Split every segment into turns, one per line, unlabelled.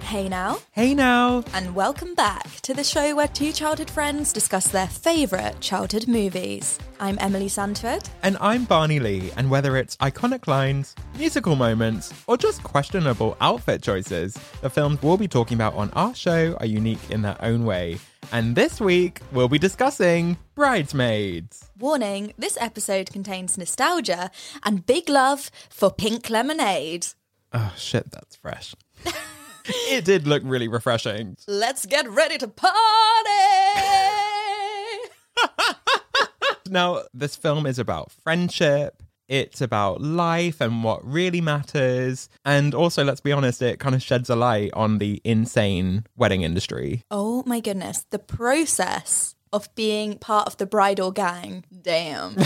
Hey now,
Hey now.
and welcome back to the show where two childhood friends discuss their favourite childhood movies. I'm Emily Sanford.
And I'm Barney Lee, and whether it's iconic lines, musical moments, or just questionable outfit choices, the films we'll be talking about on our show are unique in their own way. And this week, we'll be discussing Bridesmaids.
Warning this episode contains nostalgia and big love for pink lemonade.
Oh, shit, that's fresh. it did look really refreshing.
Let's get ready to party!
Now, this film is about friendship. It's about life and what really matters. And also, let's be honest, it kind of sheds a light on the insane wedding industry.
oh my goodness, the process of being part of the bridal gang. Damn.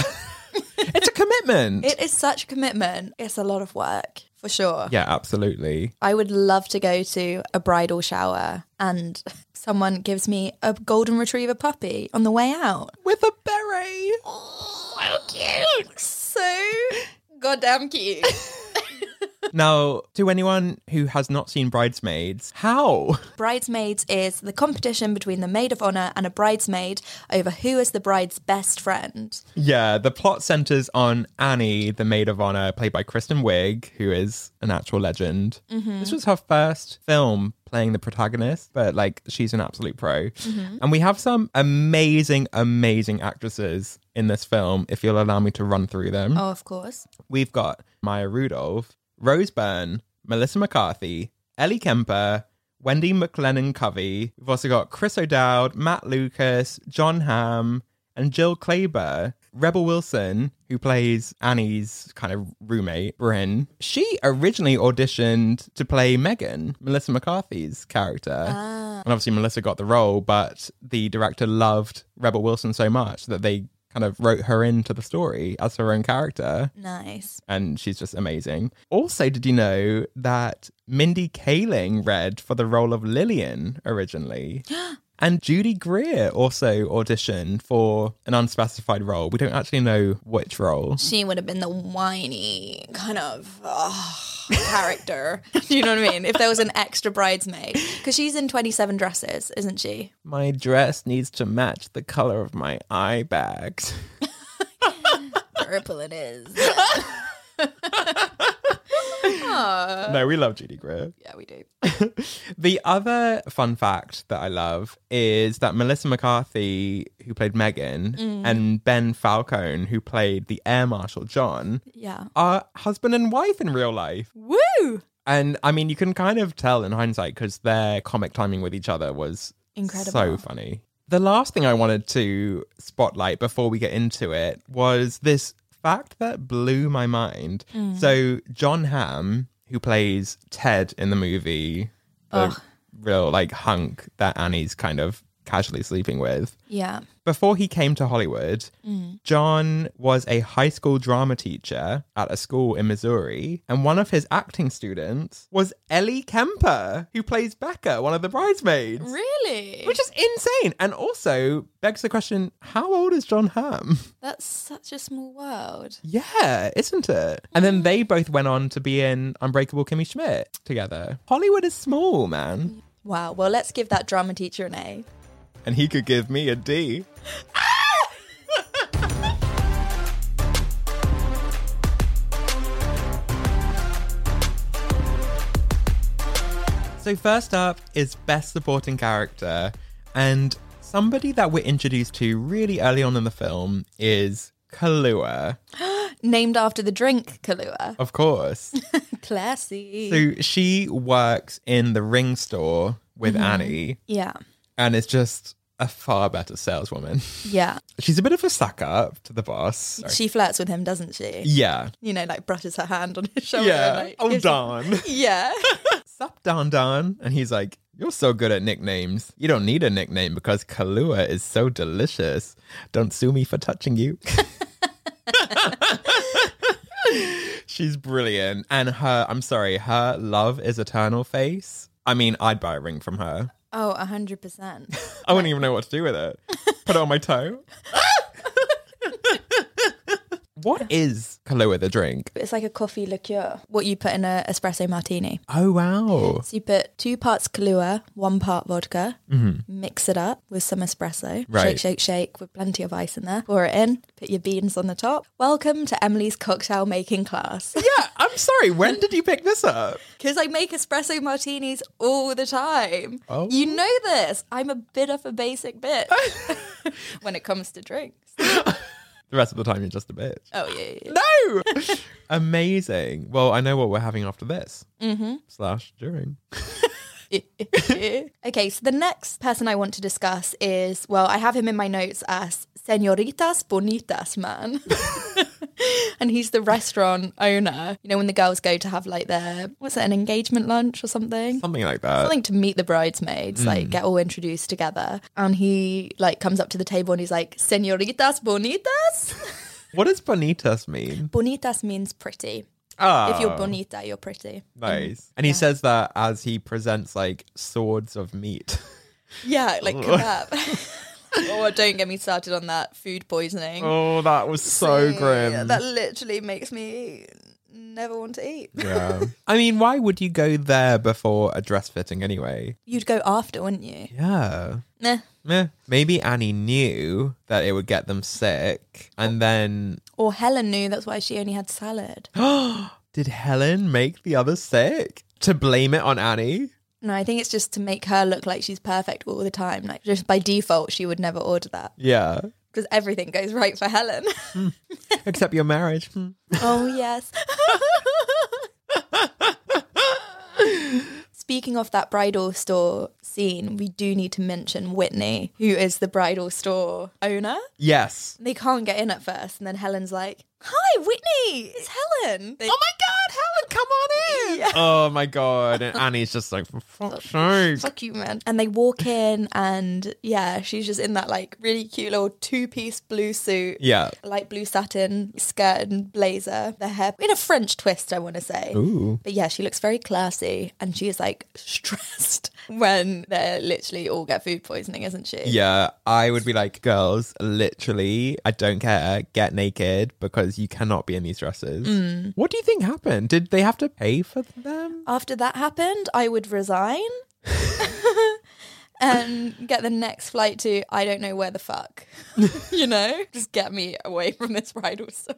It's a commitment.
it is such a commitment. It's a lot of work, for sure.
Yeah, absolutely.
I would love to go to a bridal shower and someone gives me a golden retriever puppy on the way out.
With a beret.
So cute. So goddamn cute.
now, to anyone who has not seen Bridesmaids, how?
Bridesmaids is the competition between the maid of honor and a bridesmaid over who is the bride's best friend.
Yeah, the plot centers on Annie, the maid of honor, played by Kristen Wiig, who is an actual legend. This was her first film playing the protagonist, but like she's an absolute pro. And we have some amazing, amazing actresses in this film, if you'll allow me to run through them.
Oh, of course.
We've got Maya Rudolph, Rose Byrne, Melissa McCarthy, Ellie Kemper, Wendy McLennan Covey. We've also got Chris O'Dowd, Matt Lucas, John Hamm, and Jill Clayburgh. Rebel Wilson, who plays Annie's kind of roommate, Bryn, she originally auditioned to play Megan, Melissa McCarthy's character. And obviously, Melissa got the role, but the director loved Rebel Wilson so much that they kind of wrote her into the story as her own character
Nice.
and she's just amazing. Also, did you know that Mindy Kaling read for the role of Lillian originally? And Judy Greer also auditioned for an unspecified role. We don't actually know which role.
She would have been the whiny kind of ugh, character. Do you know what I mean? If there was an extra bridesmaid. Because she's in 27 dresses, isn't she?
My dress needs to match the color of my eye bags.
Purple it is.
no, we love Judy Greer.
Yeah, we do.
The other fun fact that I love is that Melissa McCarthy, who played Megan, and Ben Falcone, who played the Air Marshal John,
Yeah.
are husband and wife in real life.
Woo!
And I mean, you can kind of tell in hindsight because their comic timing with each other was
Incredible.
so funny. The last thing I wanted to spotlight before we get into it was this fact that blew my mind. So, John Hamm, who plays Ted in the movie, the real like hunk that Annie's kind of casually sleeping with,
Yeah.
before he came to Hollywood, John was a high school drama teacher at a school in Missouri, and one of his acting students was Ellie Kemper, who plays Becca, one of the bridesmaids.
Really?
Which is insane. And also begs the question how old is John Hamm?
That's such a small world.
Yeah, isn't it? And then they both went on to be in Unbreakable Kimmy Schmidt together. Hollywood is small, man.
Wow. Well, let's give that drama teacher an A.
and he could give me a D. So first up is best supporting character, and somebody that we're introduced to really early on in the film is Kalua,
Named after the drink, Kahlua.
of course.
Classy.
so she works in the ring store with Annie,
yeah.
and is just a far better saleswoman.
Yeah.
She's a bit of a suck up to the boss.
She flirts with him, doesn't she?
Yeah.
You know, like brushes her hand on his shoulder.
Yeah.
Like,
Oh,
gives-
Don.
Yeah.
Sup, Don Don? And he's like, You're so good at nicknames. You don't need a nickname because Kalua is so delicious. Don't sue me for touching you. She's brilliant. And her, I'm sorry, her love is eternal face. I mean, I'd buy a ring from her.
Oh, 100%.
I wouldn't even know what to do with it. Put it on my toe. what is Kahlua the drink?
It's like a coffee liqueur. What you put in a espresso martini.
Oh, wow.
So you put two parts Kahlua, one part vodka, mix it up with some espresso,
Mm-hmm. Right.
shake, shake, shake, with plenty of ice in there. Pour it in, put your beans on the top. Welcome to Emily's cocktail making class.
Yeah, I'm sorry. When did you pick this up?
Because I make espresso martinis all the time.
Oh.
You know this. I'm a bit of a basic bitch when it comes to drinks.
The rest of the time, you're just a bitch.
Oh, yeah, yeah.
No! Amazing. Well, I know what we're having after this. Mm-hmm. Slash during.
okay, so the next person I want to discuss is well, I have him in my notes as Senoritas Bonitas Man. and he's the restaurant owner. You know, when the girls go to have like their, what's it, an engagement lunch or something?
Something like that. Mm.
Something to meet the bridesmaids, like get all introduced together. And he like comes up to the table and he's like, Senoritas Bonitas?
What does bonitas mean?
Bonitas means pretty.
Ah,
If you're bonita, you're pretty.
Nice. And he says that as he presents like swords of meat.
Yeah, like kebab. oh, don't get me started on that food poisoning.
Oh, that was so grim.
Yeah, that literally makes me never want to eat.
Yeah. I mean, why would you go there before a dress fitting anyway?
You'd go after, wouldn't you?
Yeah.
Nah.
Meh. Maybe Annie knew that it would get them sick. And then
Or Helen knew that's why she only had salad.
did Helen make the others sick? To blame it on Annie?
No, I think it's just to make her look like she's perfect all the time. Like just by default, she would never order that
Yeah.
because everything goes right for Helen.
Except your marriage. Hmm.
oh yes. Speaking of that bridal store scene, we do need to mention Whitney, who is the bridal store owner.
Yes.
They can't get in at first, and then Helen's like, "Hi, Whitney, it's Helen." They-
Oh my God, Helen, come on in. Oh my God. And Annie's just like, for fuck's sake.
Fuck you, man. And they walk in, and yeah, she's just in that like really cute little two piece blue suit,
Yeah.
light blue satin skirt and blazer, the hair in a French twist, I want to say.
Ooh.
But yeah, she looks very classy and she is like stressed when they literally all get food poisoning, isn't she?
Yeah, I would be like, girls, literally, I don't care. Get naked because you cannot be in these dresses. What do you think happened? Did they have to pay for them?
After that happened, I would resign and get the next flight to I don't know where the fuck. you know? Just get me away from this bridal store.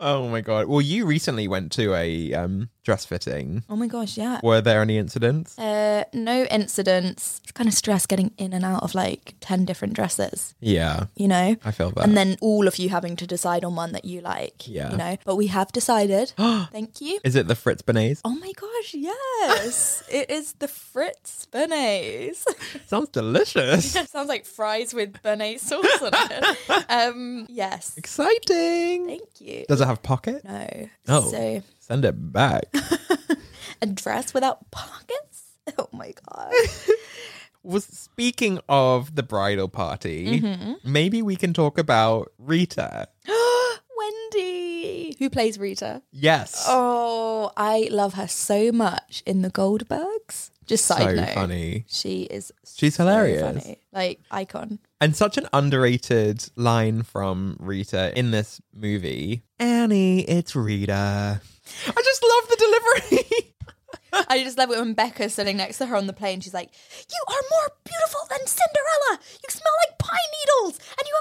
Oh my god! Well, you recently went to a um, dress fitting.
Oh my gosh, yeah.
Were there any incidents?
Uh, no incidents. It's kind of stress getting in and out of like 10 different dresses,
Yeah,
you know?
I feel that.
And then all of you having to decide on one that you like,
Yeah.
you know? But we have decided. Thank you.
Is it the Fritz Bernays?
Oh my gosh, yes. it is the Fritz Bernays.
Sounds delicious.
Sounds like fries with Bernays sauce on it. Um, yes.
Exciting.
Thank you.
Does it have pocket?
No.
Oh.
So
Send it back.
a dress without pockets? Oh my god.
Was speaking of the bridal party,
Mm-hmm.
maybe we can talk about Rita.
Wendy, who plays Rita?
Yes.
Oh, I love her so much in The Goldbergs. Just
so
side note.
funny.
She is
She's
so
hilarious.
funny. Like icon.
And such an underrated line from Rita in this movie. Annie, it's Rita. I just love the delivery.
I just love it when Becca's sitting next to her on the plane. She's like, "You are more beautiful than Cinderella. You smell like pine needles, and you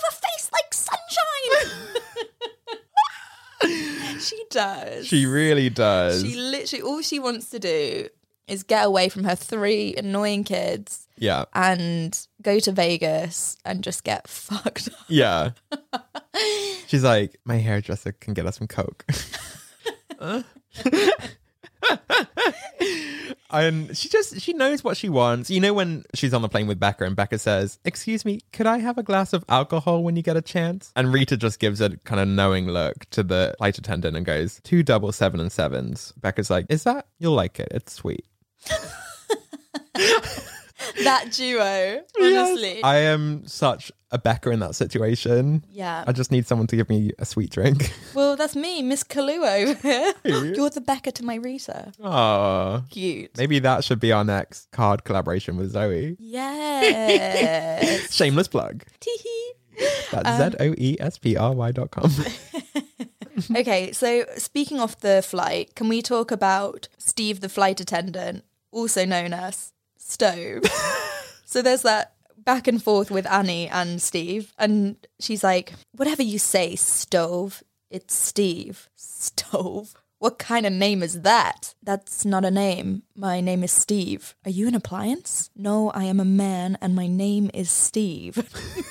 have a face like sunshine." she does.
She really does.
She literally all she wants to do is get away from her three annoying kids
yeah.
and go to Vegas and just get fucked up.
Yeah. She's like, my hairdresser can get us some coke. Huh? and she just she knows what she wants. You know when she's on the plane with Becca and Becca says, "Excuse me, could I have a glass of alcohol when you get a chance?" And Rita just gives a kind of knowing look to the flight attendant and goes, two double seven and sevens." Becca's like, "Is that? You'll like it. It's sweet."
That duo, honestly.
I am such a Becca in that situation.
yeah.
I just need someone to give me a sweet drink.
well, that's me, Miss Kalua over here. You're the Becca to my Rita.
Aww.
Cute.
Maybe that should be our next card collaboration with Zoe.
Yes.
Shameless plug.
Teehee.
That's Z O E S P R Y dot com.
okay, so speaking of the flight, can we talk about Steve, the flight attendant, also known as Stove? so there's that back and forth with Annie and Steve, and she's like, whatever you say, Stove, it's Steve. Stove? What kind of name is that? That's not a name. My name is Steve. Are you an appliance? No, I am a man, and my name is Steve.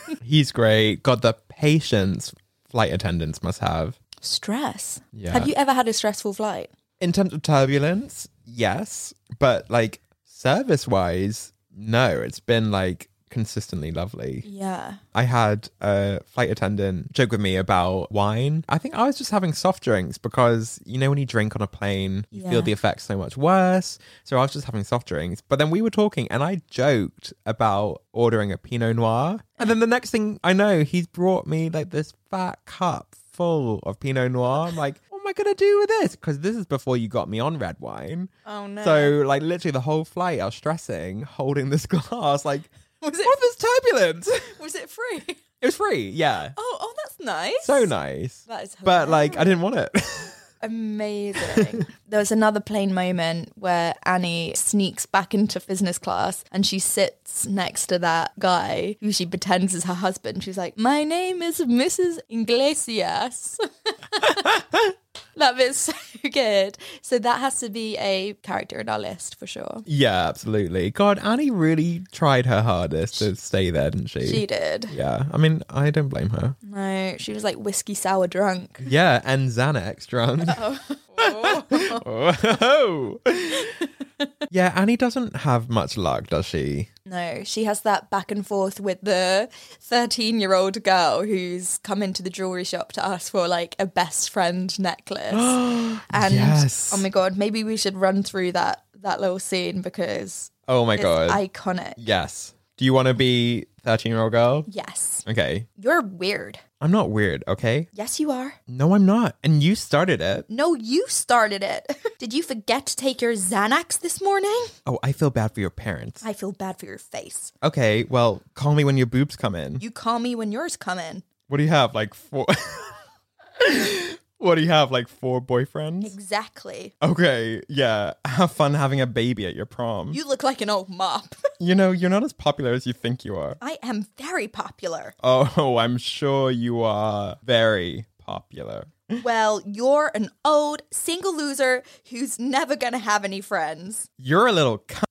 He's great. God, the patience flight attendants must have.
Stress.
Yeah.
Have you ever had a stressful flight?
In terms of turbulence, yes. But like service wise, no. It's been like consistently lovely.
Yeah.
I had a flight attendant joke with me about wine. I think I was just having soft drinks because you know when you drink on a plane, you
Yeah.
feel the effects so much worse. So I was just having soft drinks. But then we were talking and I joked about ordering a Pinot Noir. And then the next thing I know, he's brought me like this fat cup full of Pinot Noir. I'm like, what am I gonna do with this? Because this is before you got me on red wine.
Oh no.
So like literally the whole flight I was stressing, holding this glass, like
Was it-
what if there's turbulence?
Was it free?
It was free, yeah.
Oh, oh, that's nice.
So nice.
That is
But like I didn't want it.
amazing. there was another plane moment where Annie sneaks back into business class and she sits next to that guy who she pretends is her husband. She's like, "My name is Mrs. Iglesias." That bit's so good. So that has to be a character in our list for sure.
yeah, absolutely. God, Annie really tried her hardest to stay there, didn't she?
She did.
Yeah. I mean, I don't blame her.
No, she was like whiskey sour drunk.
Yeah, and Xanax drunk. Oh. yeah, Annie doesn't have much luck, does she?
No, she has that back and forth with the 13 year old girl who's come into the jewelry shop to ask for like a best friend necklace. and
Yes.
oh my god, maybe we should run through that that little scene because
Oh my
it's
god.
iconic.
yes. Do you want to be 13-year-old girl?
Yes.
Okay.
You're weird.
I'm not weird, okay?
Yes, you are.
No, I'm not. And you started it.
No, you started it. Did you forget to take your Xanax this morning?
Oh, I feel bad for your parents.
I feel bad for your face.
Okay, well, call me when your boobs come in.
You call me when yours come in.
What do you have? Like four. what do you have? Like four boyfriends?
Exactly.
Okay, yeah. Have fun having a baby at your prom. You,
You look like an old mop.
know, you're not as popular as you think you are.
I am very popular.
Oh, I'm sure you are very popular.
Well, you're an old single loser who's never gonna have any friends.
You're a little cunt.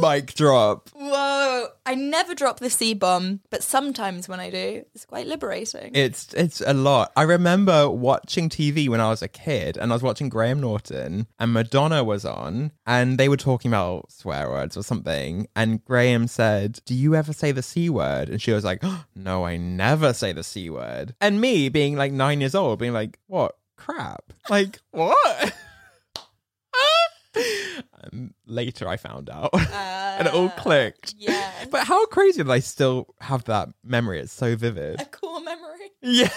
Mic drop.
Whoa. I never drop the C bomb, but sometimes when I do, it's quite liberating.
It's it's a lot. I remember watching TV when I was a kid, and I was watching Graham Norton, and Madonna was on, and they were talking about swear words or something. And Graham said, "Do you ever say the c word?" And she was like, "Oh, "No, I never say the c word." And me being like nine years old, being like, "What crap? Like what?" and later, I found out,
Uh,
and it all clicked.
yes.
But how crazy that I still have that memory. It's so vivid.
A cool memory.
Yeah.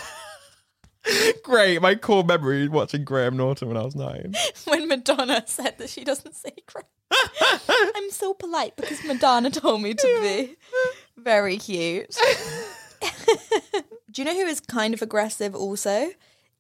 Great. My core memory is watching Graham Norton when I was nine.
When Madonna said that she doesn't say crap. I'm so polite because Madonna told me to be. Very cute. do you know who is kind of aggressive also?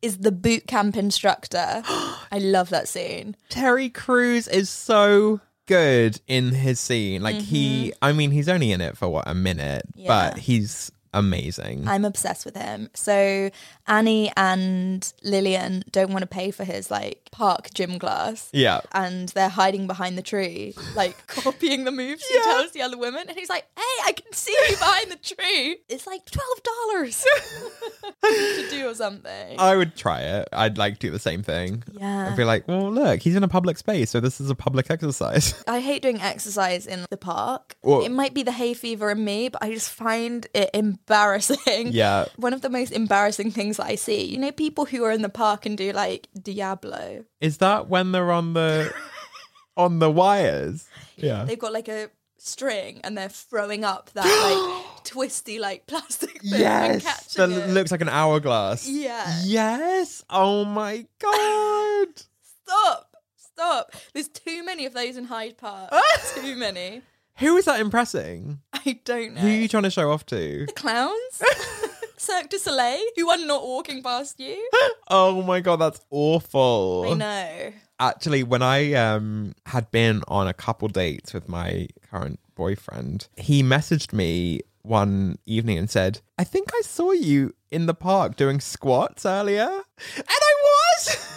is the boot camp instructor. I love that scene.
Terry Crews is so good in his scene. Like he, I mean, he's only in it for what a minute, but
Mm-hmm. Yeah.
he's amazing.
I'm obsessed with him. So Annie and Lillian don't want to pay for his like park gym class.
yeah.
And they're hiding behind the tree, like copying the moves he tells the other women. And he's like, hey, I can see you behind the tree. It's like $12 to do or something.
I would try it. I'd like do the same thing.
Yeah.
I'd be like, well, look, he's in a public space, so this is a public exercise.
I hate doing exercise in the park.
Well-
it might be the hay fever in me, but I just find it embarrassing.
Yeah.
One of the most embarrassing things that I see, you know, people who are in the park and do like Diablo.
Is that when they're on the on the wires? Yeah.
They've got like a string and they're throwing up that like twisty like plastic thing and
Yes. That
catching it.
looks like an hourglass.
Yeah.
Yes. Oh my god.
Stop. Stop. There's too many of those in Hyde Park. too many.
Who is that impressing?
I don't know.
Who are you trying to show off to?
the clowns? Cirque du Soleil, who are not walking past you?
Oh my god, that's awful.
I know.
Actually, when I um had been on a couple dates with my current boyfriend, he messaged me one evening and said, "I think I saw you in the park doing squats earlier," and I was.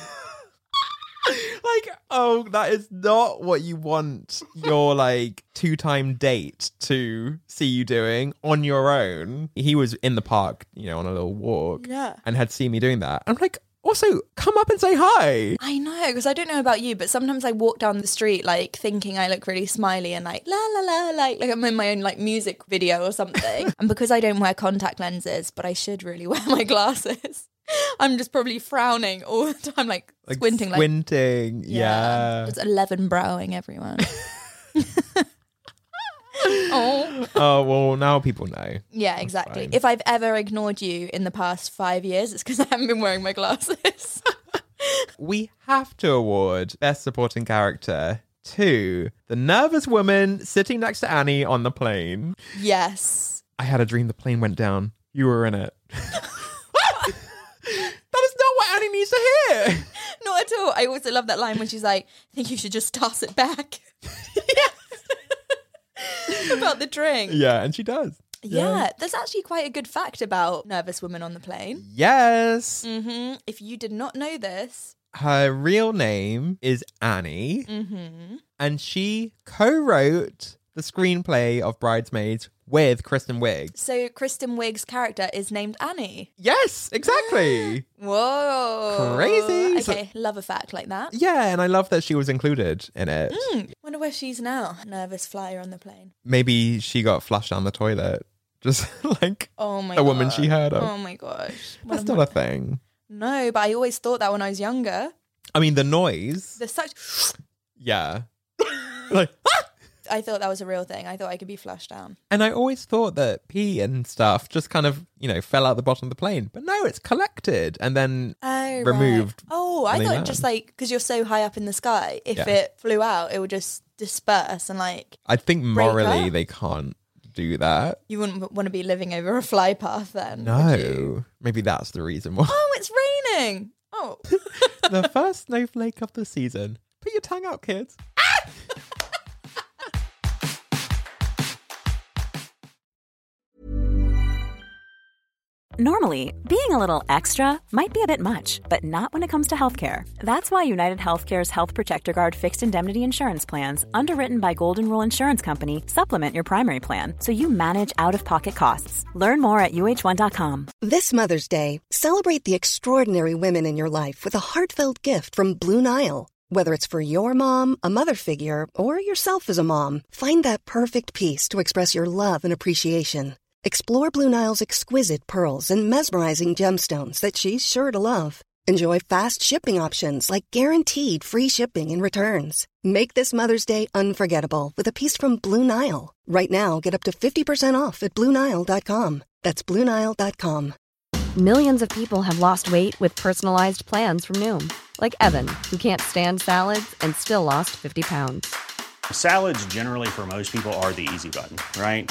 Like, oh, that is not what you want your like two time date to see you doing on your own. He was in the park, you know, on a little walk
Yeah.
and had seen me doing that. I'm like, also, come up and say hi.
I know, because I don't know about you, but sometimes I walk down the street like thinking I look really smiley and like la la la, like like I'm in my own like music video or something. and because I don't wear contact lenses, but I should really wear my glasses, I'm just probably frowning all the time, like, squinting, like
squinting. yeah.
it's eleven browing everyone. oh
oh well, now people know.
yeah, exactly.
fine.
If I've ever ignored you in the past five years, it's because I haven't been wearing my glasses.
We have to award best supporting character to the nervous woman sitting next to Annie on the plane.
yes.
I had a dream the plane went down. You were in it. that is not what Annie needs to hear.
Not at all. I also love that line when she's like, I think you should just toss it back. about the drink. Yeah.
Yeah, and she does.
that's actually quite a good fact about nervous women on the plane.
Yes.
hmm If you did not know this,
Her real name is Annie,
Mm-hmm.
and she co-wrote the screenplay of Bridesmaids with Kristen Wiig.
so Kristen Wiig's character is named Annie.
Yes, exactly.
Whoa.
Crazy. So-
Okay, love a fact like that.
yeah, and I love that she was included in it.
Wonder where she's now. Nervous flyer on the plane.
Maybe she got flushed down the toilet, just like
Oh my
a woman
God.
she heard of.
Oh my gosh. One
That's
of
not
my-
a thing.
No, but I always thought that when I was younger.
I mean, the noise.
There's such
Yeah. like, "Ah!"
I thought that was a real thing. I thought I could be flushed down.
and I always thought that pee and stuff just kind of, you know, fell out the bottom of the plane. But no, it's collected and then
Oh,
removed.
Right. Oh, I
when they
thought just
land.
like because you're so high up in the sky, if
Yeah.
it flew out, it would just disperse and like
I think
Break
morally
up.
they can't do that.
you wouldn't want to be living over a fly path then. would you?
No. Maybe that's the reason why.
Oh, it's raining. Oh,
the first snowflake of the season. Put your tongue out, kids.
Normally, being a little extra might be a bit much, but not when it comes to healthcare. That's why United Healthcare's Health Protector Guard fixed indemnity insurance plans, underwritten by Golden Rule Insurance Company, supplement your primary plan so you manage out of pocket costs. Learn more at uh1.com.
This Mother's Day, celebrate the extraordinary women in your life with a heartfelt gift from Blue Nile. Whether it's for your mom, a mother figure, or yourself as a mom, find that perfect piece to express your love and appreciation. Explore Blue Nile's exquisite pearls and mesmerizing gemstones that she's sure to love. Enjoy fast shipping options like guaranteed free shipping and returns. Make this Mother's Day unforgettable with a piece from Blue Nile. Right now, get up to 50% off at BlueNile.com. That's BlueNile.com.
Millions of people have lost weight with personalized plans from Noom, like Evan, who can't stand salads and still lost 50 pounds.
Salads, generally, for most people, are the easy button, right?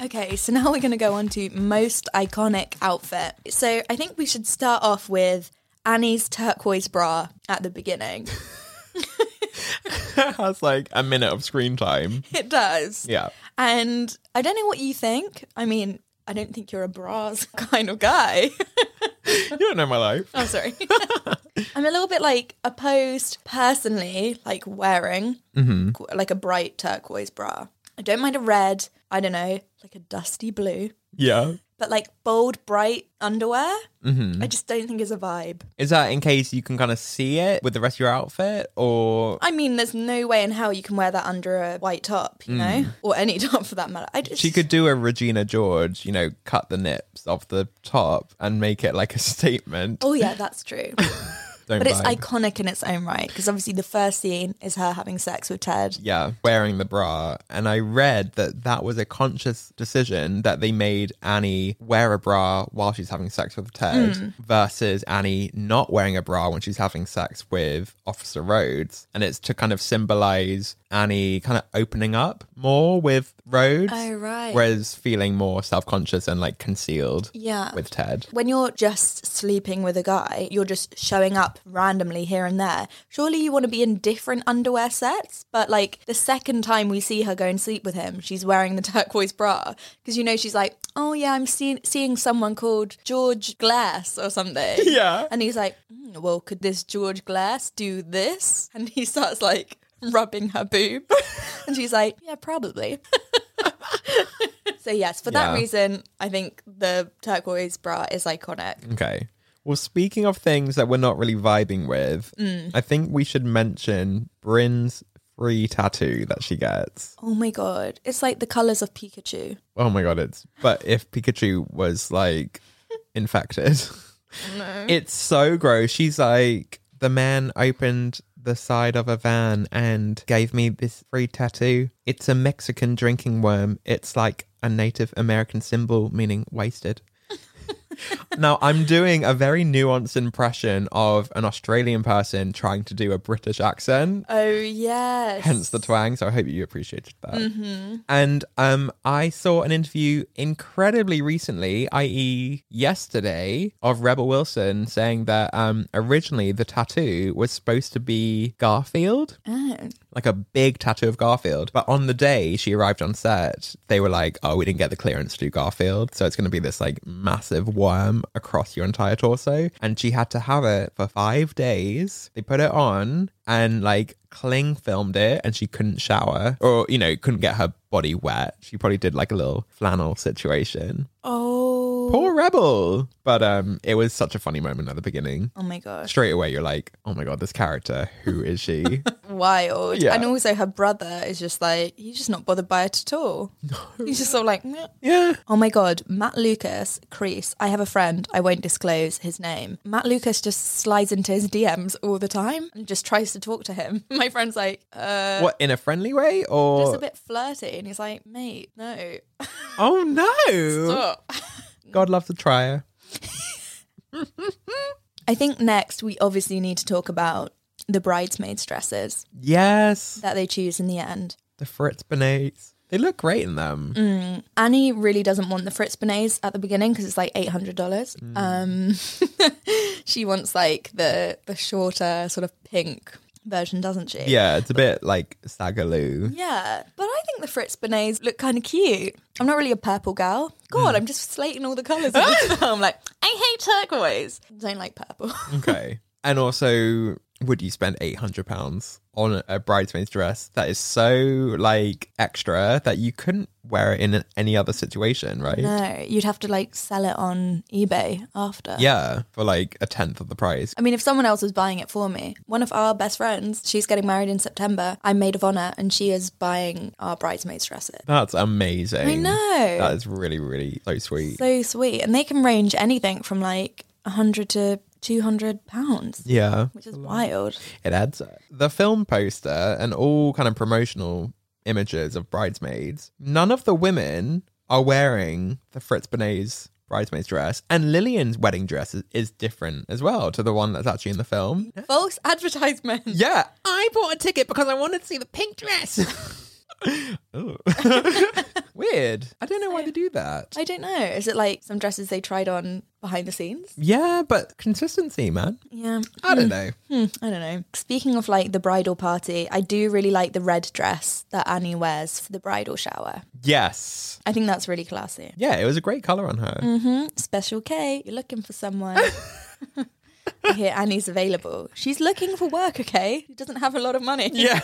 Okay, so now we're going to go on to most iconic outfit. So I think we should start off with Annie's turquoise bra at the beginning.
It has like a minute of screen time.
It does.
Yeah.
And I don't know what you think. I mean, I don't think you're a bras kind of guy.
You don't know my life.
Oh, sorry. I'm a little bit like opposed personally, like wearing
Mm-hmm.
qu- like a bright turquoise bra. I don't mind a red, I don't know, like a dusty blue,
Yeah.
but like bold, bright underwear,
Mm-hmm.
I just don't think is a vibe.
Is that in case you can kind of see it with the rest of your outfit or
I mean, there's no way in hell you can wear that under a white top, you know, or any top for that matter. I just
Mm. she could do a Regina George, you know, cut the nips off the top and make it like a statement.
Oh yeah, that's true.
Don't
But it's
vibe.
iconic in its own right because obviously the first scene is her having sex with Ted.
yeah, wearing the bra. And I read that that was a conscious decision that they made Annie wear a bra while she's having sex with Ted
Hmm.
versus Annie not wearing a bra when she's having sex with Officer Rhodes. And it's to kind of symbolize Annie kind of opening up more with Rhodes.
Oh, right.
Whereas feeling more self conscious and like concealed
Yeah.
with Ted.
when you're just sleeping with a guy, you're just showing up randomly here and there. Surely you want to be in different underwear sets, but like the second time we see her go and sleep with him, she's wearing the turquoise bra because you know she's like, "Oh yeah, I'm seeing seeing someone called George Glass or something."
Yeah.
and he's like, "Mm, "Well, could this George Glass do this?" And he starts like rubbing her boob, and she's like, "Yeah, probably." So yes, for that
Yeah.
reason, I think the turquoise bra is iconic.
Okay. Well, speaking of things that we're not really vibing with, I think we should mention Bryn's free tattoo that she gets.
Oh my god, it's like the colors of Pikachu.
Oh my god, it's but if Pikachu was like infected. It's so gross. She's like, the man opened the side of a van and gave me this free tattoo. It's a Mexican drinking worm. It's like a Native American symbol meaning wasted. now I'm doing a very nuanced impression of an Australian person trying to do a British accent
Oh yes,
hence the twang. So I hope you appreciated that. And um, I saw an interview incredibly recently, i.e., yesterday, of Rebel Wilson saying that um, originally the tattoo was supposed to be Garfield
Oh.
like a big tattoo of Garfield. But on the day she arrived on set, they were like, "Oh, we didn't get the clearance to do Garfield, so it's going to be this like massive worm across your entire torso." And she had to have it for five days. They put it on and like cling filmed it, and she couldn't shower or you know couldn't get her body wet. She probably did like a little flannel situation.
Oh,
Poor rebel. But um, it was such a funny moment at the beginning.
oh my gosh,
Straight away, you're like, "Oh my god, this character. Who is she?"
wild.
Yeah.
And also her brother is just like he's just not bothered by it at all. He's just sort of like, "Meh."
yeah.
Oh my god, Matt Lucas, Crease. I have a friend, I won't disclose his name. Matt Lucas just slides into his DMs all the time and just tries to talk to him. My friend's like, uh,
What in a friendly way or
just a bit flirty. And he's like, mate, no,
Oh no!
stop.
God loves a trier.
I think next we obviously need to talk about the bridesmaids' dresses
Yes,
that they choose in the end.
the Fritz Benets. They look great in them.
Mm. Annie really doesn't want the Fritz Benets at the beginning because it's like eight hundred dollars. Um, she wants like the the shorter sort of pink version, doesn't she?
Yeah, it's a bit like Sagaloo.
Yeah, but I think the Fritz Benets look kind of cute. I'm not really a purple gal. God, I'm just slating all the colours.
Mm.
in this film. I'm like, I hate turquoise. Don't like purple.
Okay. And also, would you spend eight hundred pounds on a bridesmaid's dress that is so like extra that you couldn't wear it in any other situation, right?
No, you'd have to like sell it on eBay after.
Yeah, for like a tenth of the price.
I mean, if someone else was buying it for me, one of our best friends, she's getting married in September. I'm maid of honor, and she is buying our bridesmaids' dresses.
That's amazing.
I know.
That is really, really so sweet.
So sweet, and they can range anything from like a hundred to two hundred pounds,
yeah.
which is wild.
It adds up. The film poster and all kind of promotional images of bridesmaids, none of the women are wearing the Fritz Benet's bridesmaid's dress. And Lillian's wedding dress is, is different as well to the one that's actually in the film.
False advertisement.
Yeah, I bought a ticket because I wanted to see the pink dress. Oh. Ooh. Weird. I don't know why they do that.
I don't know. Is it like some dresses they tried on behind the scenes?
Yeah, but consistency, man.
Yeah.
I don't know.
Hmm, I don't know. Speaking of like the bridal party, I do really like the red dress that Annie wears for the bridal shower.
Yes.
I think that's really classy.
Yeah, it was a great color on her.
hmm Special K, you're looking for someone. I hear Annie's available. She's looking for work, okay? She doesn't have a lot of money.
Yeah.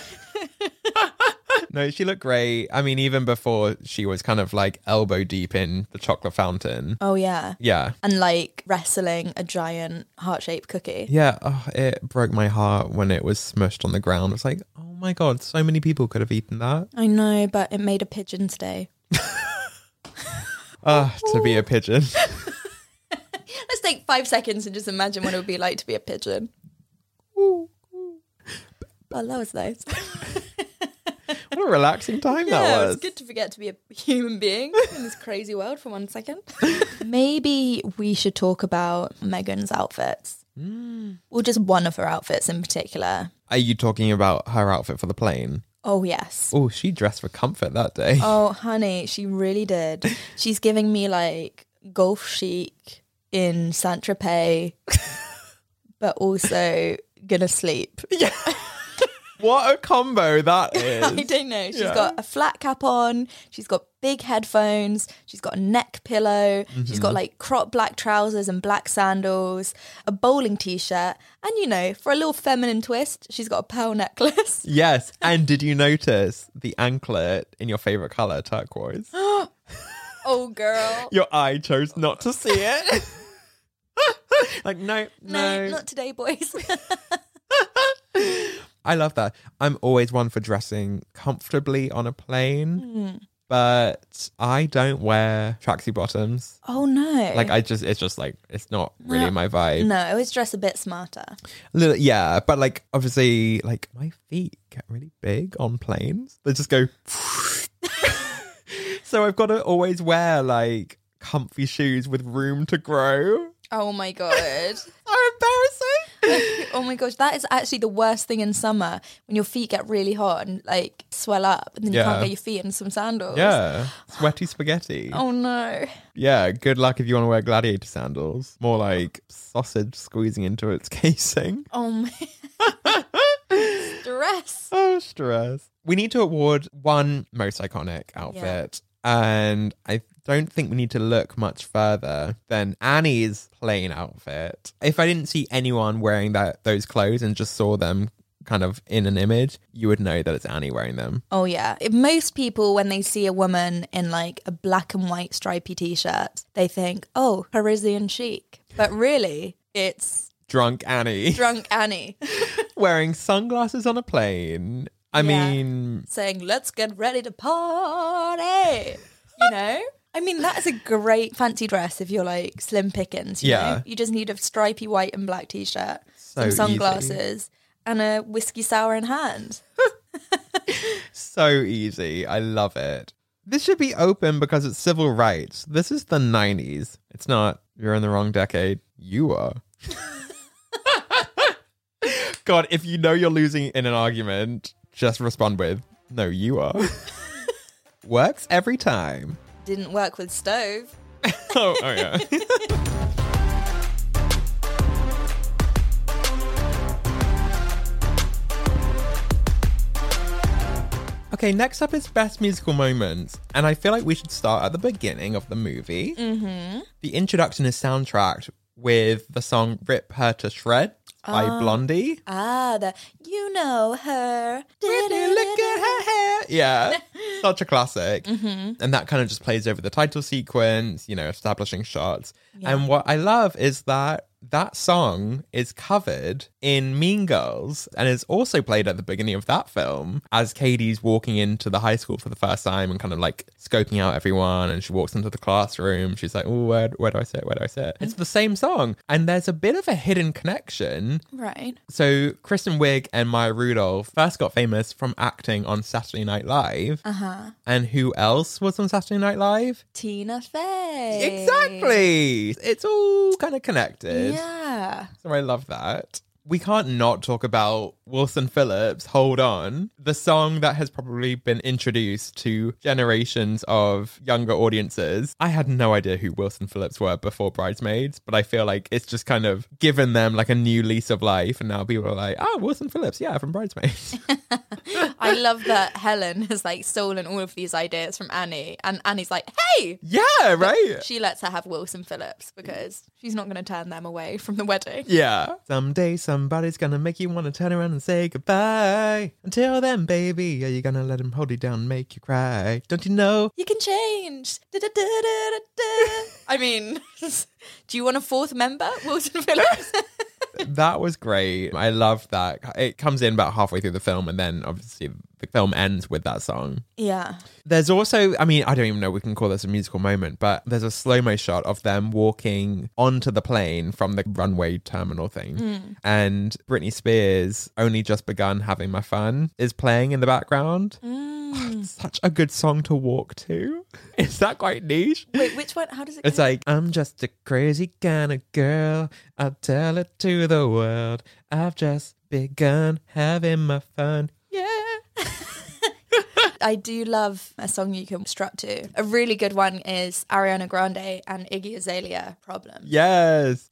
no, she looked great. I mean, even before she was kind of like elbow deep in the chocolate fountain.
Oh, yeah.
Yeah.
And like wrestling a giant heart shaped cookie.
Yeah. Oh, it broke my heart when it was smushed on the ground. It was like, oh my God, so many people could have eaten that.
I know, but it made a pigeon stay.
Ah, to be a pigeon.
Let's take five seconds and just imagine what it would be like to be a pigeon. Well, that was nice.
what a relaxing time
yeah,
that
it
was.
was good to forget to be a human being in this crazy world for one second. Maybe we should talk about Megan's outfits. Well, just one of her outfits in particular.
Are you talking about her outfit for the plane?
Oh, yes.
Oh, she dressed for comfort that day.
Oh, honey, she really did. She's giving me like golf chic in Saint Tropez, but also gonna sleep. Yeah.
What a combo that
I
is.
don't know. She's
Yeah.
got a flat cap on. She's got big headphones. She's got a neck pillow. She's got like crop black trousers and black sandals, a bowling t shirt. And, you know, for a little feminine twist, she's got a pearl necklace.
Yes. And did you notice the anklet in your favorite color, turquoise?
Oh, girl.
Your eye chose not to see it. like, no, no.
no, not today, boys.
I love that. I'm always one for dressing comfortably on a
Mm.
plane, but I don't wear tracksuit bottoms.
oh, no.
Like, I just, it's just like, it's not really my vibe.
No, I always dress a bit smarter.
Little, yeah, but like, obviously, like, my feet get really big on planes. They just go. so I've got to always wear like comfy shoes with room to grow.
Oh my god.
How embarrassing.
oh my gosh, that is actually the worst thing in summer when your feet get really hot and like swell up and then you
Yeah.
can't get your feet in some sandals.
Yeah, sweaty spaghetti.
Oh no.
Yeah, good luck if you want to wear gladiator sandals. More like sausage squeezing into its casing.
Oh man. Stress.
Oh, stress. We need to award one most iconic outfit. And I don't think we need to look much further than Annie's plain outfit. If I didn't see anyone wearing that those clothes and just saw them kind of in an image, you would know that it's Annie wearing them.
Oh yeah. If most people when they see a woman in like a black and white stripy t-shirt, they think, "Oh, Parisian chic." But really, it's
Drunk Annie
drunk Annie
wearing sunglasses on a plane. I
Yeah.
mean,
saying, "Let's get ready to party." You know? I mean, that is a great fancy dress if you're like slim pickings, you
Yeah.
know? You just need a stripy white and black t-shirt,
So
some
easy.
sunglasses, and a whiskey sour in hand.
so easy. I love it. This should be open because it's civil rights. This is the 90s. It's not, you're in the wrong decade. You are. God, if you know you're losing in an argument, just respond with, no, you are. Works every time.
Didn't work with stove.
Oh, oh yeah. Okay, next up is best musical moments, and I feel like we should start at the beginning of the movie. Mm-hmm. The introduction is soundtracked with the song Rip Her to Shred by Blondie.
Ah, the you know her.
Whitney, look at her hair. Yeah, such a classic. And that kind of just plays over the title sequence, you know, establishing shots. And what I love is that that song is covered in Mean Girls and is also played at the beginning of that film as Katie's walking into the high school for the first time and kind of like scoping out everyone. And she walks into the classroom. She's like, oh, where, where do I sit? Where do I sit? It's the same song. And there's a bit of a hidden connection
Right.
so Kristen Wiig and Maya Rudolph first got famous from acting on Saturday Night Live. Uh-huh. And who else was on Saturday Night Live?
Tina Fey.
Exactly. It's all kind of connected.
Yeah.
So I love that. We can't not talk about Wilson Phillips, Hold On, the song that has probably been introduced to generations of younger audiences. I had no idea who Wilson Phillips were before Bridesmaids, but I feel like it's just kind of given them like a new lease of life. And now people are like, oh, Wilson Phillips, yeah, from Bridesmaids.
I love that Helen has like stolen all of these ideas from Annie, and Annie's like, "Hey,
yeah, right?
she lets her have Wilson Phillips because she's not going to turn them away from the wedding."
Yeah. Someday somebody's gonna make you wanna turn around and say goodbye. Until then, baby, are you gonna let him hold you down and make you cry? Don't you know?
You can change. Da-da-da-da-da-da. I mean, do you want a fourth member, Wilson Phillips?
That was great. I love that. It comes in about halfway through the film, and then obviously the film ends with that song.
yeah.
There's also, I mean, I don't even know if we can call this a musical moment, but there's a slow mo shot of them walking onto the plane from the runway terminal thing. And Britney Spears, Only Just Begun Having My Fun, is playing in the background. Such a good song to walk to. Is that quite niche?
Wait, which one? How does it?
It's like, I'm just a crazy kind of girl. I'll tell it to the world. I've just begun having my fun. Yeah.
I do love a song you can strut to. A really good one is Ariana Grande and Iggy Azalea Problem.
Yes.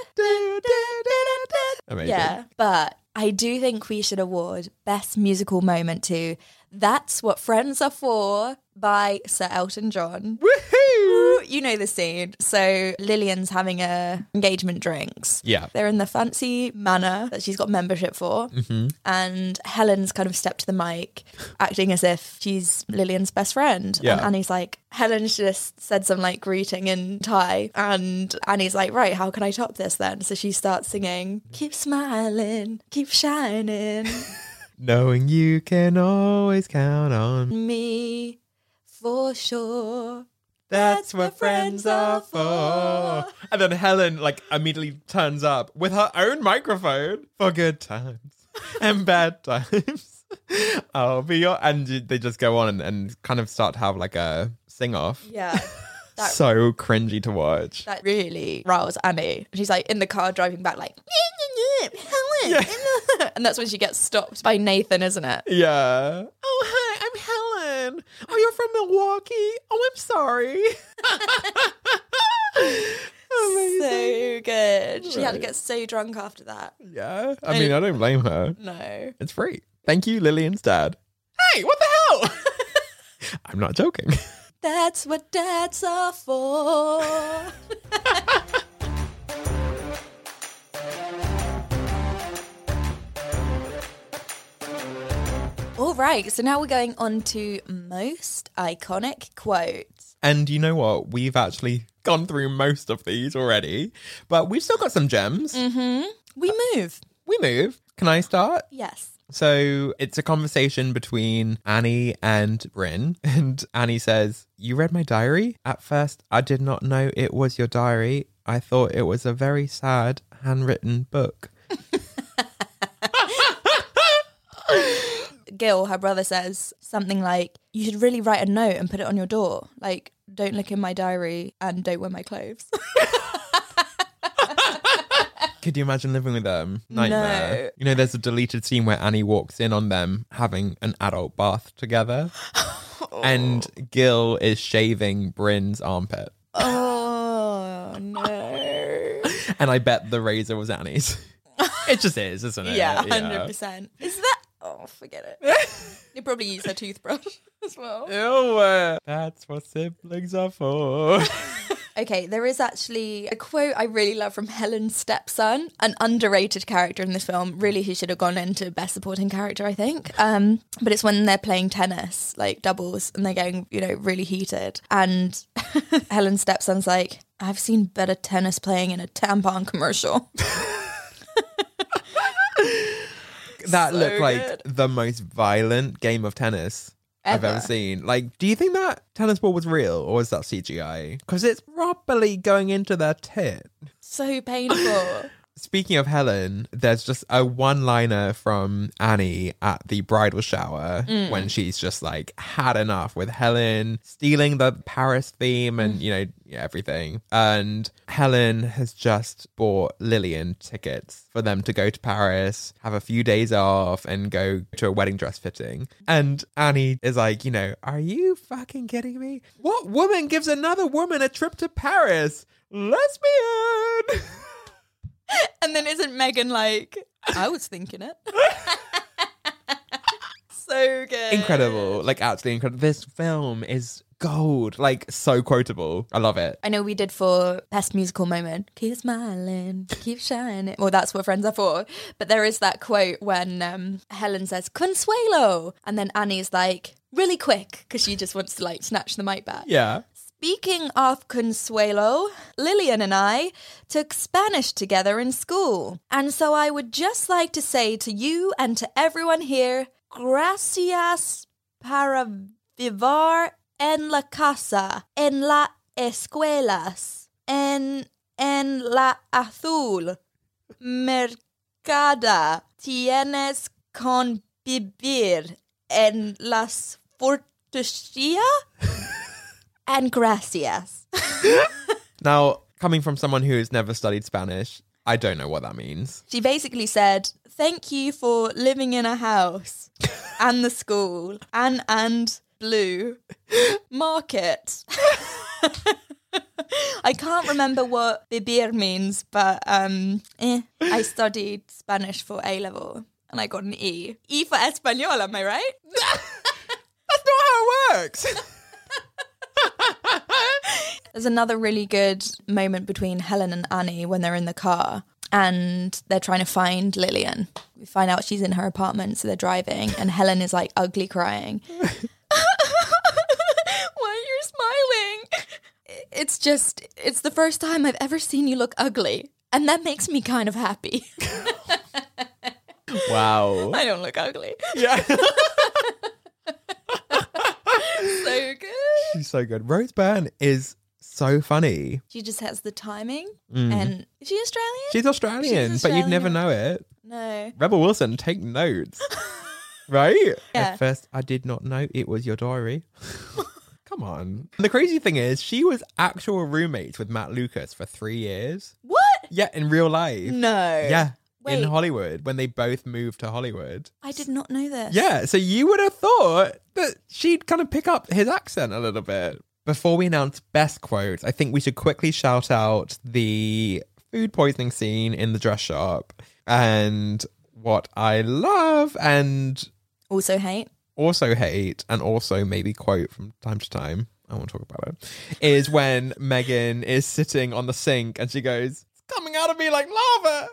Amazing.
Yeah, but I do think we should award best musical moment to "That's What Friends Are For" by Sir Elton John.
Woohoo!
You know the scene. So Lillian's having a engagement drinks.
Yeah.
They're in the fancy manor that she's got membership for.
Mm-hmm.
And Helen's kind of stepped to the mic, acting as if she's Lillian's best friend.
Yeah.
And Annie's like, Helen's just said some like greeting in Thai. And Annie's like, right, how can I top this then? So she starts singing, keep smiling, keep shining
Knowing you can always count on.
me for sure.
That's what friends are for. And then Helen, like, immediately turns up with her own microphone for good times and bad times. I'll be your. And they just go on and, and kind of start to have like a sing off.
Yeah. That
So cringy to watch.
that really riles Annie. She's like in the car driving back, like, Helen. and that's when she gets stopped by Nathan, isn't it?
Yeah. Oh, hi, I'm Helen. Oh, you're from Milwaukee. Oh, I'm sorry. Oh,
So good. She had to get so drunk after that.
Yeah. I mean, I don't blame her.
No.
It's free. Thank you, Lillian's dad. Hey, what the hell? I'm not joking.
That's what dads are for. All right, so now we're going on to most iconic quotes.
And you know what? We've actually gone through most of these already, but we've still got some gems.
We move.
We move. Can I start?
Yes.
So it's a conversation between Annie and Bryn. And Annie says, You read my diary? At first, I did not know it was your diary. I thought it was a very sad handwritten book.
Gil, her brother, says something like, You should really write a note and put it on your door. Like, don't look in my diary and don't wear my clothes.
Could you imagine living with them? Nightmare. You know, there's a deleted scene where Annie walks in on them having an adult bath together. And Gil is shaving Bryn's armpit.
oh, no.
And I bet the razor was Annie's. it just is, isn't it?
Yeah, hundred percent. Is that? Oh, forget it. they probably use their toothbrush as well.
Ew. That's what siblings are for.
Okay, there is actually a quote I really love from Helen's stepson, an underrated character in this film. Really, he should have gone into best supporting character, I think. Um, but it's when they're playing tennis, like doubles, and they're going, you know, really heated. And Helen's stepson's like, I've seen better tennis playing in a tampon commercial. So
that looked like
good.
the most violent game of tennis I've ever
Ever.
seen. Like, do you think that tennis ball was real or is that CGI? Because it's probably going into their tit.
so painful.
Speaking of Helen, there's just a one liner from Annie at the bridal shower when she's just like had enough with Helen stealing the Paris theme and, you know, yeah, everything. And Helen has just bought Lillian tickets for them to go to Paris, have a few days off, and go to a wedding dress fitting. And Annie is like, you know, are you fucking kidding me? What woman gives another woman a trip to Paris? Lesbian!
And then isn't Megan like, I was thinking it? so good.
incredible like actually incredible this film is gold like so quotable i love it
I know we did for best musical moment. Keep smiling, keep shining. Well, that's what friends are for. But there is that quote when um, Helen says "Consuelo," and then Annie's like, "Really quick," because she just wants to like snatch the mic back.
yeah
Speaking of Consuelo, Lillian and I took Spanish together in school. And so I would just like to say to you and to everyone here, gracias para vivar en la casa, en la escuelas, en, en la azul, mercada, tienes con vivir en las fortesías and gracias.
now coming from someone who has never studied spanish i don't know what that means
She basically said, "Thank you for living in a house and the school and and blue market." I can't remember what bibir means, but um, eh, I studied Spanish for A level and I got an E. E for español, am I right?
that's not how it works
There's another really good moment between Helen and Annie when they're in the car and they're trying to find Lillian. We find out she's in her apartment, so they're driving, and Helen is like ugly crying. Why are you smiling? It's just, it's the first time I've ever seen you look ugly. And that makes me kind of happy.
wow
I don't look ugly.
yeah
So good.
she's so good rose byrne is so funny
She just has the timing.
Mm-hmm.
And is she Australian?
she's australian,
She's
but you'd never
Australian.
know it
no.
rebel wilson take notes right
Yeah.
at first i did not know it was your diary come on the crazy thing is she was actual roommates with matt lucas for three years
What?
Yeah, in real life.
No.
Yeah.
Wait.
In Hollywood, when they both moved to Hollywood.
I did not know this.
Yeah, so you would have thought that she'd kind of pick up his accent a little bit. Before we announce best quotes, I think we should quickly shout out the food poisoning scene in the dress shop and what I love and
Also hate.
also hate and also maybe quote from time to time. I won't talk about it. Is when Megan is sitting on the sink and she goes, "It's coming out of me like lava."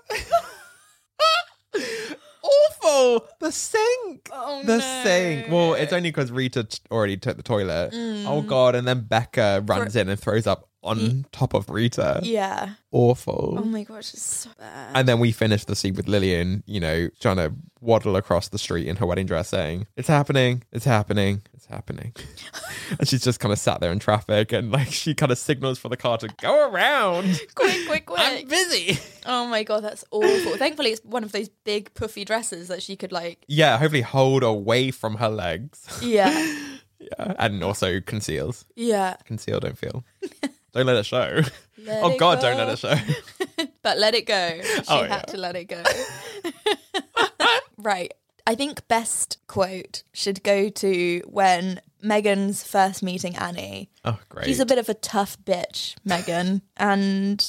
Awful. The sink.
Oh,
the
no.
sink. Well, it's only because Rita t- already took the toilet.
Mm.
Oh god! And then Becca runs in and throws up on top of Rita.
Yeah.
Awful.
Oh my gosh, it's so bad.
And then we finish the scene with Lillian, you know, trying to waddle across the street in her wedding dress saying, It's happening, it's happening, it's happening. and she's just kind of sat there in traffic and like she kind of signals for the car to go around.
quick, quick, quick.
I'm busy.
oh my god, that's awful. Thankfully, it's one of those big puffy dresses that she could like.
Yeah, hopefully hold away from her legs.
Yeah,
yeah. And also conceals.
yeah.
Conceal, don't feel. don't let it show.
Let
oh
it
god, don't
go.
let it show.
But let it go. She
Oh,
had
yeah.
to let it go. right. I think best quote should go to when Megan's first meeting Annie.
Oh great.
She's a bit of a tough bitch, Megan, and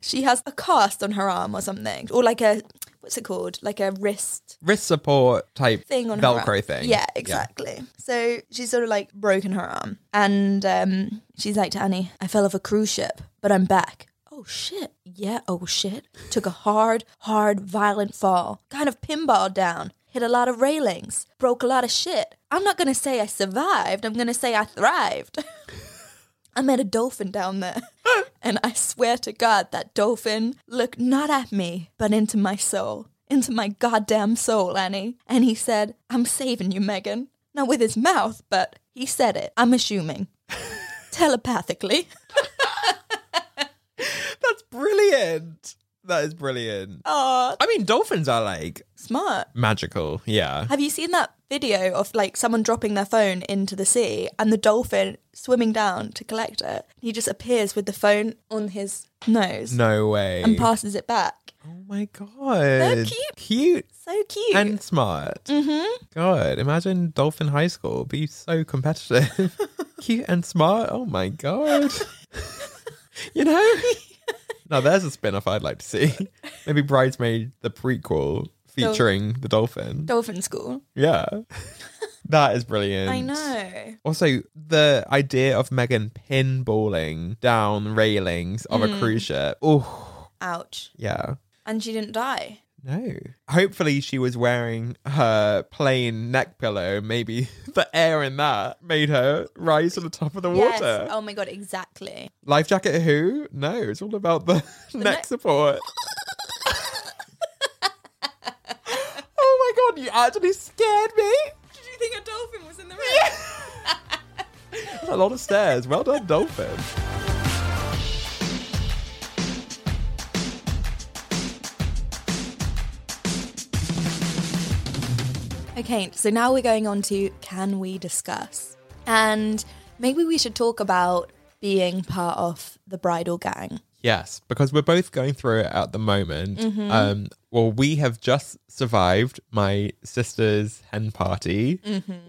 she has a cast on her arm or something, or like a what's it called? Like a wrist
Wrist support type
thing on her
Velcro
arm.
thing.
Yeah, exactly. So she's sort of like broken her arm, and um, she's like to Annie, "I fell off a cruise ship, but I'm back." Oh shit! Yeah, oh shit! Took a hard, hard, violent fall, kind of pinballed down, hit a lot of railings, broke a lot of shit. I'm not gonna say I survived. I'm gonna say I thrived. I met a dolphin down there. and I swear to God, that dolphin looked not at me, but into my soul, into my goddamn soul, Annie. And he said, I'm saving you, Megan. Not with his mouth, but he said it, I'm assuming. Telepathically.
That's brilliant. That is brilliant.
Oh,
I mean, dolphins are like
smart.
magical. Yeah.
Have you seen that video of like someone dropping their phone into the sea and the dolphin swimming down to collect it? He just appears with the phone on his nose
No way.
and passes it back.
oh my god.
cute.
Cute
So cute.
and smart.
mm-hmm.
God, imagine Dolphin High School It'd be so competitive. Cute and smart. Oh my god. you know? now there's a spin-off I'd like to see. Maybe Bridesmaid the prequel featuring the dolphin.
Dolphin school.
yeah. that is brilliant.
I know.
Also, the idea of Megan pinballing down railings of
Mm.
a cruise ship. Oh,
Ouch.
yeah.
And she didn't die.
No. Hopefully, she was wearing her plain neck pillow. Maybe the air in that made her rise to the top of the water.
Yes. Oh my god, exactly.
Life jacket, who? No, it's all about the, neck
neck-
support. oh my god, you actually scared me.
Did you think a dolphin was in the room?
That's a lot of stairs. Well done, dolphin.
Okay, so now we're going on to can we discuss? And maybe we should talk about being part of the bridal gang.
Yes, because we're both going through it at the moment. Um, well, we have just survived my sister's hen party,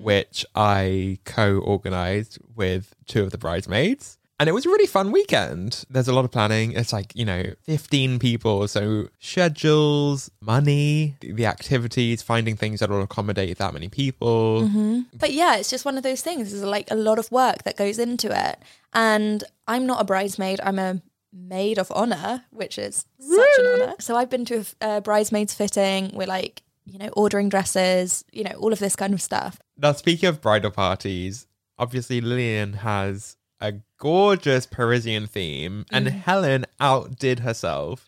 which I co organized with two of the bridesmaids. And it was a really fun weekend. There's a lot of planning. It's like, you know, 15 people. So schedules, money, the activities, finding things that will accommodate that many people.
But yeah, it's just one of those things. There's like a lot of work that goes into it. And I'm not a bridesmaid, I'm a maid of honor, which is such an honor. So I've been to a f- a bridesmaid's fitting. We're like, you know, ordering dresses, you know, all of this kind of stuff.
Now, speaking of bridal parties, obviously Lillian has a gorgeous Parisian theme, and Helen outdid herself.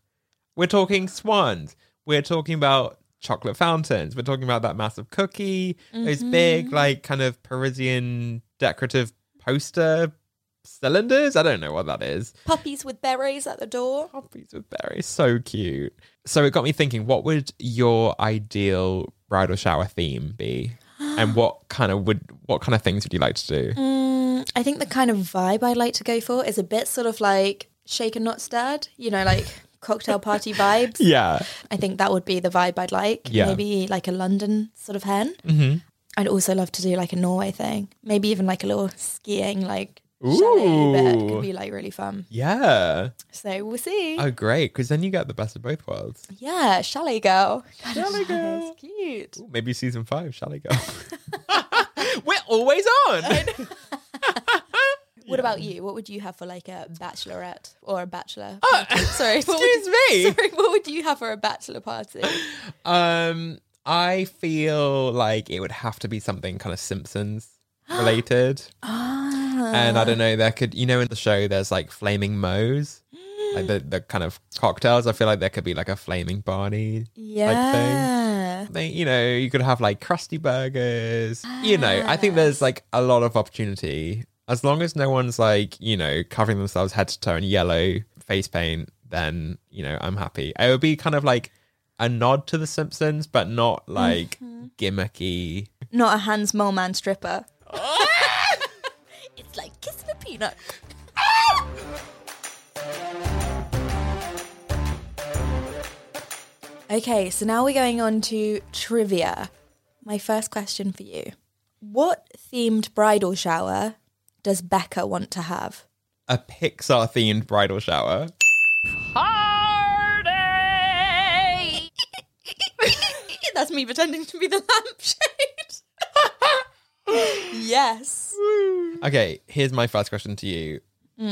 We're talking swans. We're talking about chocolate fountains. We're talking about that massive cookie, those big, like, kind of Parisian decorative poster cylinders. I don't know what that is.
Puppies with berets at the door.
Poppies with berries. So cute. So it got me thinking what would your ideal bridal shower theme be? And what kind of would what kind of things would you like to do?
Mm, I think the kind of vibe I like to go for is a bit sort of like shake and not stirred, you know, like cocktail party vibes.
Yeah.
I think that would be the vibe I'd like.
Yeah. Mm-hmm.
Maybe like a London sort of hen. I'd also love to do like a Norway thing. Maybe even like a little skiing, like chalet bit
Ooh.
could be like really fun.
Yeah.
So we'll see.
Oh great, because then you get the best of both worlds.
yeah, chalet girl.
Chalet girl.
That's cute.
Ooh, maybe season five, shall I go? We're always on.
What about you? What would you have for like a bachelorette or a bachelor? party? sorry. what would
Uh, excuse
you-
me.
Sorry, what would you have for a bachelor party?
Um, I feel like it would have to be something kind of Simpsons related. And
Ah, Uh.
I don't know, there could, you know, in the show, there's like flaming moes, like the, the kind of cocktails. I feel like there could be like a flaming Barney.
Yeah.
They, you know, you could have like crusty burgers. You know, I think there's like a lot of opportunity. As long as no one's like, you know, covering themselves head to toe in yellow face paint, then, you know, I'm happy. It would be kind of like a nod to The Simpsons, but not like gimmicky.
Not a Hans Moleman stripper. it's like kissing a peanut. Ah! okay, so now we're going on to trivia. My first question for you What themed bridal shower does Becca want to have?
A Pixar themed bridal shower.
That's me pretending to be the lampshade. yes.
Okay, here's my first question to you.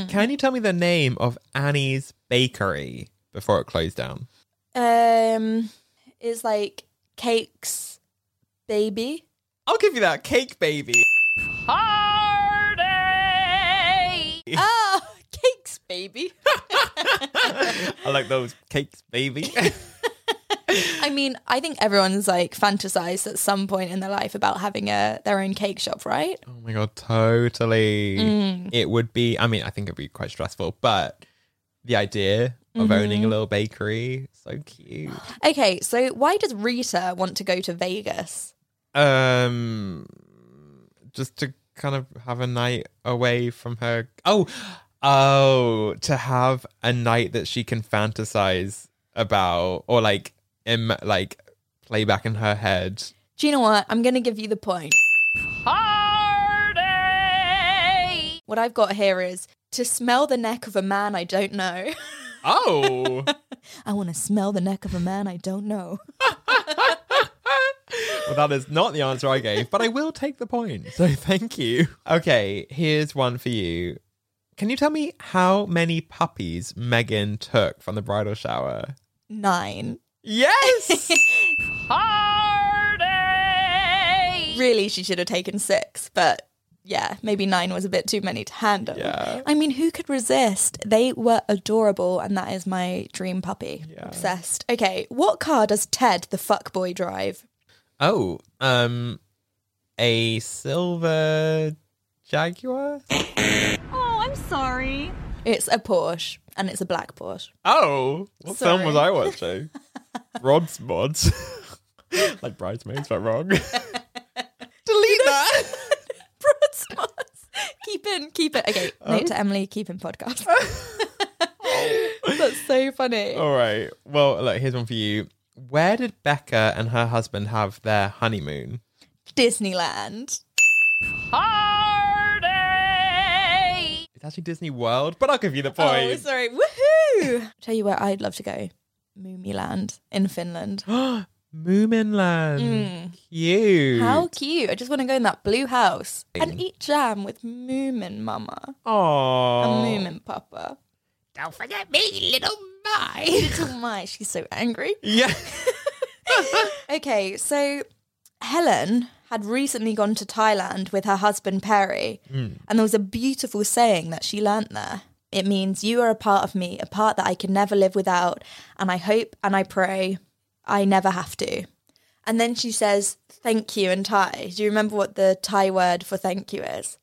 Can you tell me the name of Annie's bakery before it closed down?
Um, is like cakes, baby.
I'll give you that cake baby.
Ah, cakes, baby.
I like those cakes baby.
I mean, I think everyone's like fantasized at some point in their life about having a their own cake shop, right?
oh my god, totally. It would be I mean, I think it'd be quite stressful, but the idea of owning a little bakery, so cute.
Okay, so why does Rita want to go to Vegas?
Um, just to kind of have a night away from her. Oh, oh, to have a night that she can fantasize about, or like, Im- like play back in her head.
Do you know what? I'm going to give you the point. Party! What I've got here is to smell the neck of a man I don't know.
Oh,
I want to smell the neck of a man I don't know.
well, that is not the answer I gave, but I will take the point. So thank you. Okay, here's one for you. Can you tell me how many puppies Megan took from the bridal shower?
Nine.
Yes.
Really, she should have taken six, but yeah, maybe nine was a bit too many to handle.
Yeah.
I mean, who could resist? They were adorable, and that is my dream puppy. Obsessed. Okay, what car does Ted the fuckboy drive?
Oh, um, a silver jaguar.
It's a Porsche, and it's a black Porsche.
Oh, what
Sorry.
film was I watching? Rod's Mods. like bridesmaids, but wrong. Delete that.
Broadswords. keep in, keep it. Okay, note to Emily, keep in podcast. That's so funny.
All right. Well, look, here's one for you. Where did Becca and her husband have their honeymoon?
Disneyland.
It's actually Disney World, but I'll give you the
Oh,
point.
sorry. Woohoo! Tell you where I'd love to go. Mumiland in Finland.
Moominland. Cute.
Mm. How cute. I just want to go in that blue house and eat jam with Moomin Mama
Aww.
and Moomin Papa. Don't forget me, little Mai. little Mai. She's so angry.
Yeah.
Okay, so Helen had recently gone to Thailand with her husband Perry, and there was a beautiful saying that she learnt there. It means, You are a part of me, a part that I can never live without, and I hope and I pray I never have to. And then she says, Thank you in Thai. Do you remember what the Thai word for thank you is?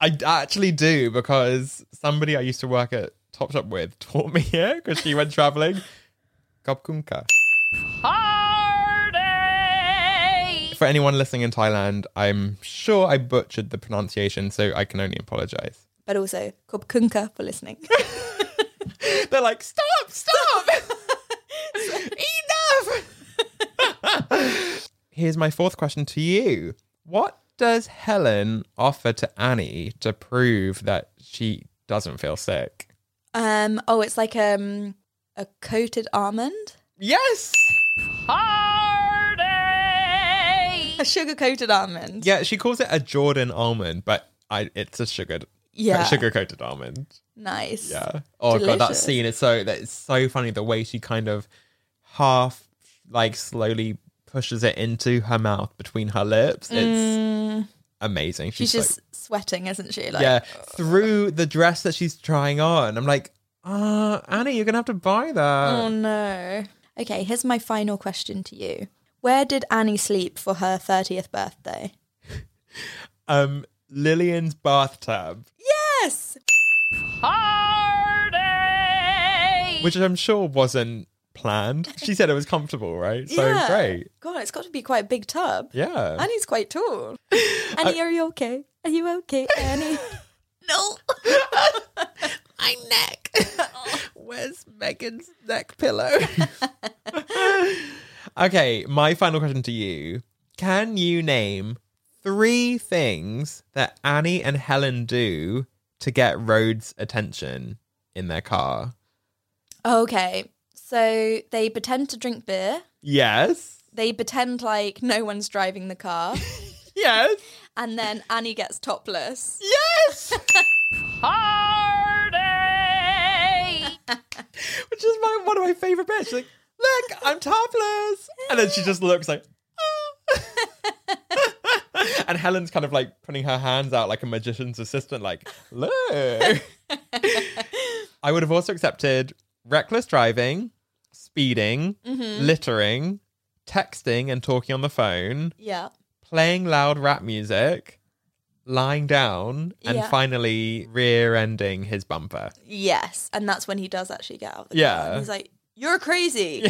I d- actually do because somebody I used to work at Topshop with taught me it because she went traveling. Kopkunka. For anyone listening in Thailand, I'm sure I butchered the pronunciation, so I can only apologize.
But also, Kob Kunka for listening.
They're like, stop, stop! Enough! Here's my fourth question to you. What does Helen offer to Annie to prove that she doesn't feel sick?
um, oh, it's like um, a coated almond,
Yes.
a sugar coated almond.
Yeah, she calls it a Jordan almond, but I it's a sugared
Yeah.
sugar coated almond.
Nice.
Yeah. Oh god, that
Delicious.
scene is so that is so funny the way she kind of half like slowly pushes it into her mouth between her lips. It's amazing.
Mm. She's,
She's,
just sweating, isn't she?
like,
Like, uh,
yeah, through the dress that she's trying on. I'm like, uh, Annie, you're gonna have to buy that.
Oh no. Okay, here's my final question to you. Where did Annie sleep for her 30th birthday?
Um, Lillian's bathtub.
Yes.
which I'm sure wasn't planned. She said it was comfortable, right? So
yeah.
great.
God, it's got to be quite a big tub.
Yeah.
Annie's quite tall. Annie, are you okay? Are you okay, Annie? no.
My neck. Where's Megan's neck pillow? okay, my final question to you. Can you name three things that Annie and Helen do to get Rhodes' attention in their car?
Okay. So they pretend to drink beer.
Yes.
They pretend like no one's driving the car,
Yes.
and then Annie gets topless.
Yes. Which is my one of my favorite bits. She's like, look, I'm topless, and then she just looks like. "Ah." And Helen's kind of like putting her hands out like a magician's assistant, like, look. I would have also accepted reckless driving, speeding, littering, texting and talking on the phone,
Yeah.
playing loud rap music, lying down, and
Yeah.
finally rear ending his bumper.
Yes. And that's when he does actually get out of the
Yeah.
car. And he's like, You're crazy.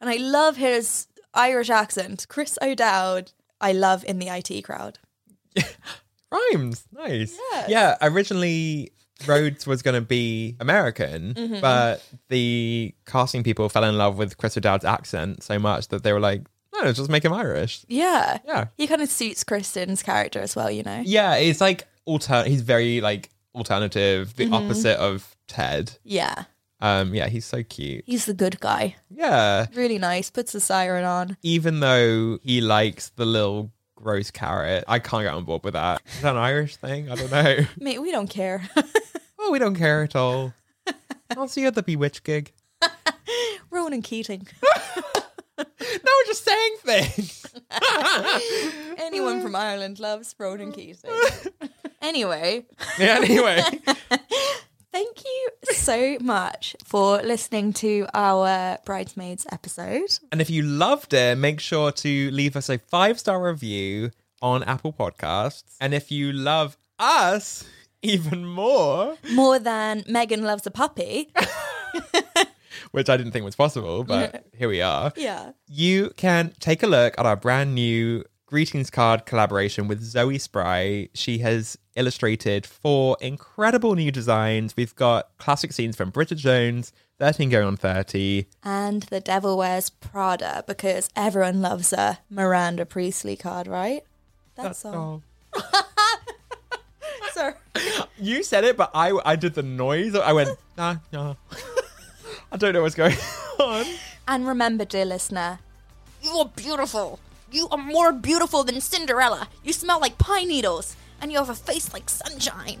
and I love his Irish accent. Chris O'Dowd, I love in the IT crowd.
Rhymes. Nice.
Yes.
Yeah. Originally, Rhodes was going to be American,
Mm-hmm.
but the casting people fell in love with Chris O'Dowd's accent so much that they were like, no, just make him Irish.
Yeah.
Yeah.
He kind of suits Kristen's character as well, you know?
Yeah. It's like, alter- he's very like alternative,
Mm-hmm.
the opposite of Ted.
Yeah.
Um, yeah, he's so cute.
He's the good guy.
Yeah.
Really nice. Puts the siren on.
Even though he likes the little gross carrot, I can't get on board with that. Is that an Irish thing? I don't know.
Mate, we don't care.
oh, we don't care at all. I'll see you at the Bewitch gig.
Ronan Keating.
No, we're just saying things.
Anyone from Ireland loves Ronan Keating. anyway,
yeah, anyway.
thank you so much for listening to our Bridesmaids episode.
And if you loved it, make sure to leave us a five star review on Apple Podcasts. And if you love us even more,
More than Megan loves a puppy.
which I didn't think was possible, but here we are,
yeah.
you can take a look at our brand new greetings card collaboration with Zoe Spry. She has illustrated four incredible new designs. We've got classic scenes from Bridget Jones, 13 Going on 30,
And the devil wears Prada because everyone loves a Miranda Priestley card, right? That song.
Oh.
Sorry.
You said it, but I I did the noise. I went nah nah. I don't know what's going on.
And remember, dear listener, you are beautiful. You are more beautiful than Cinderella. You smell like pine needles, and you have a face like sunshine.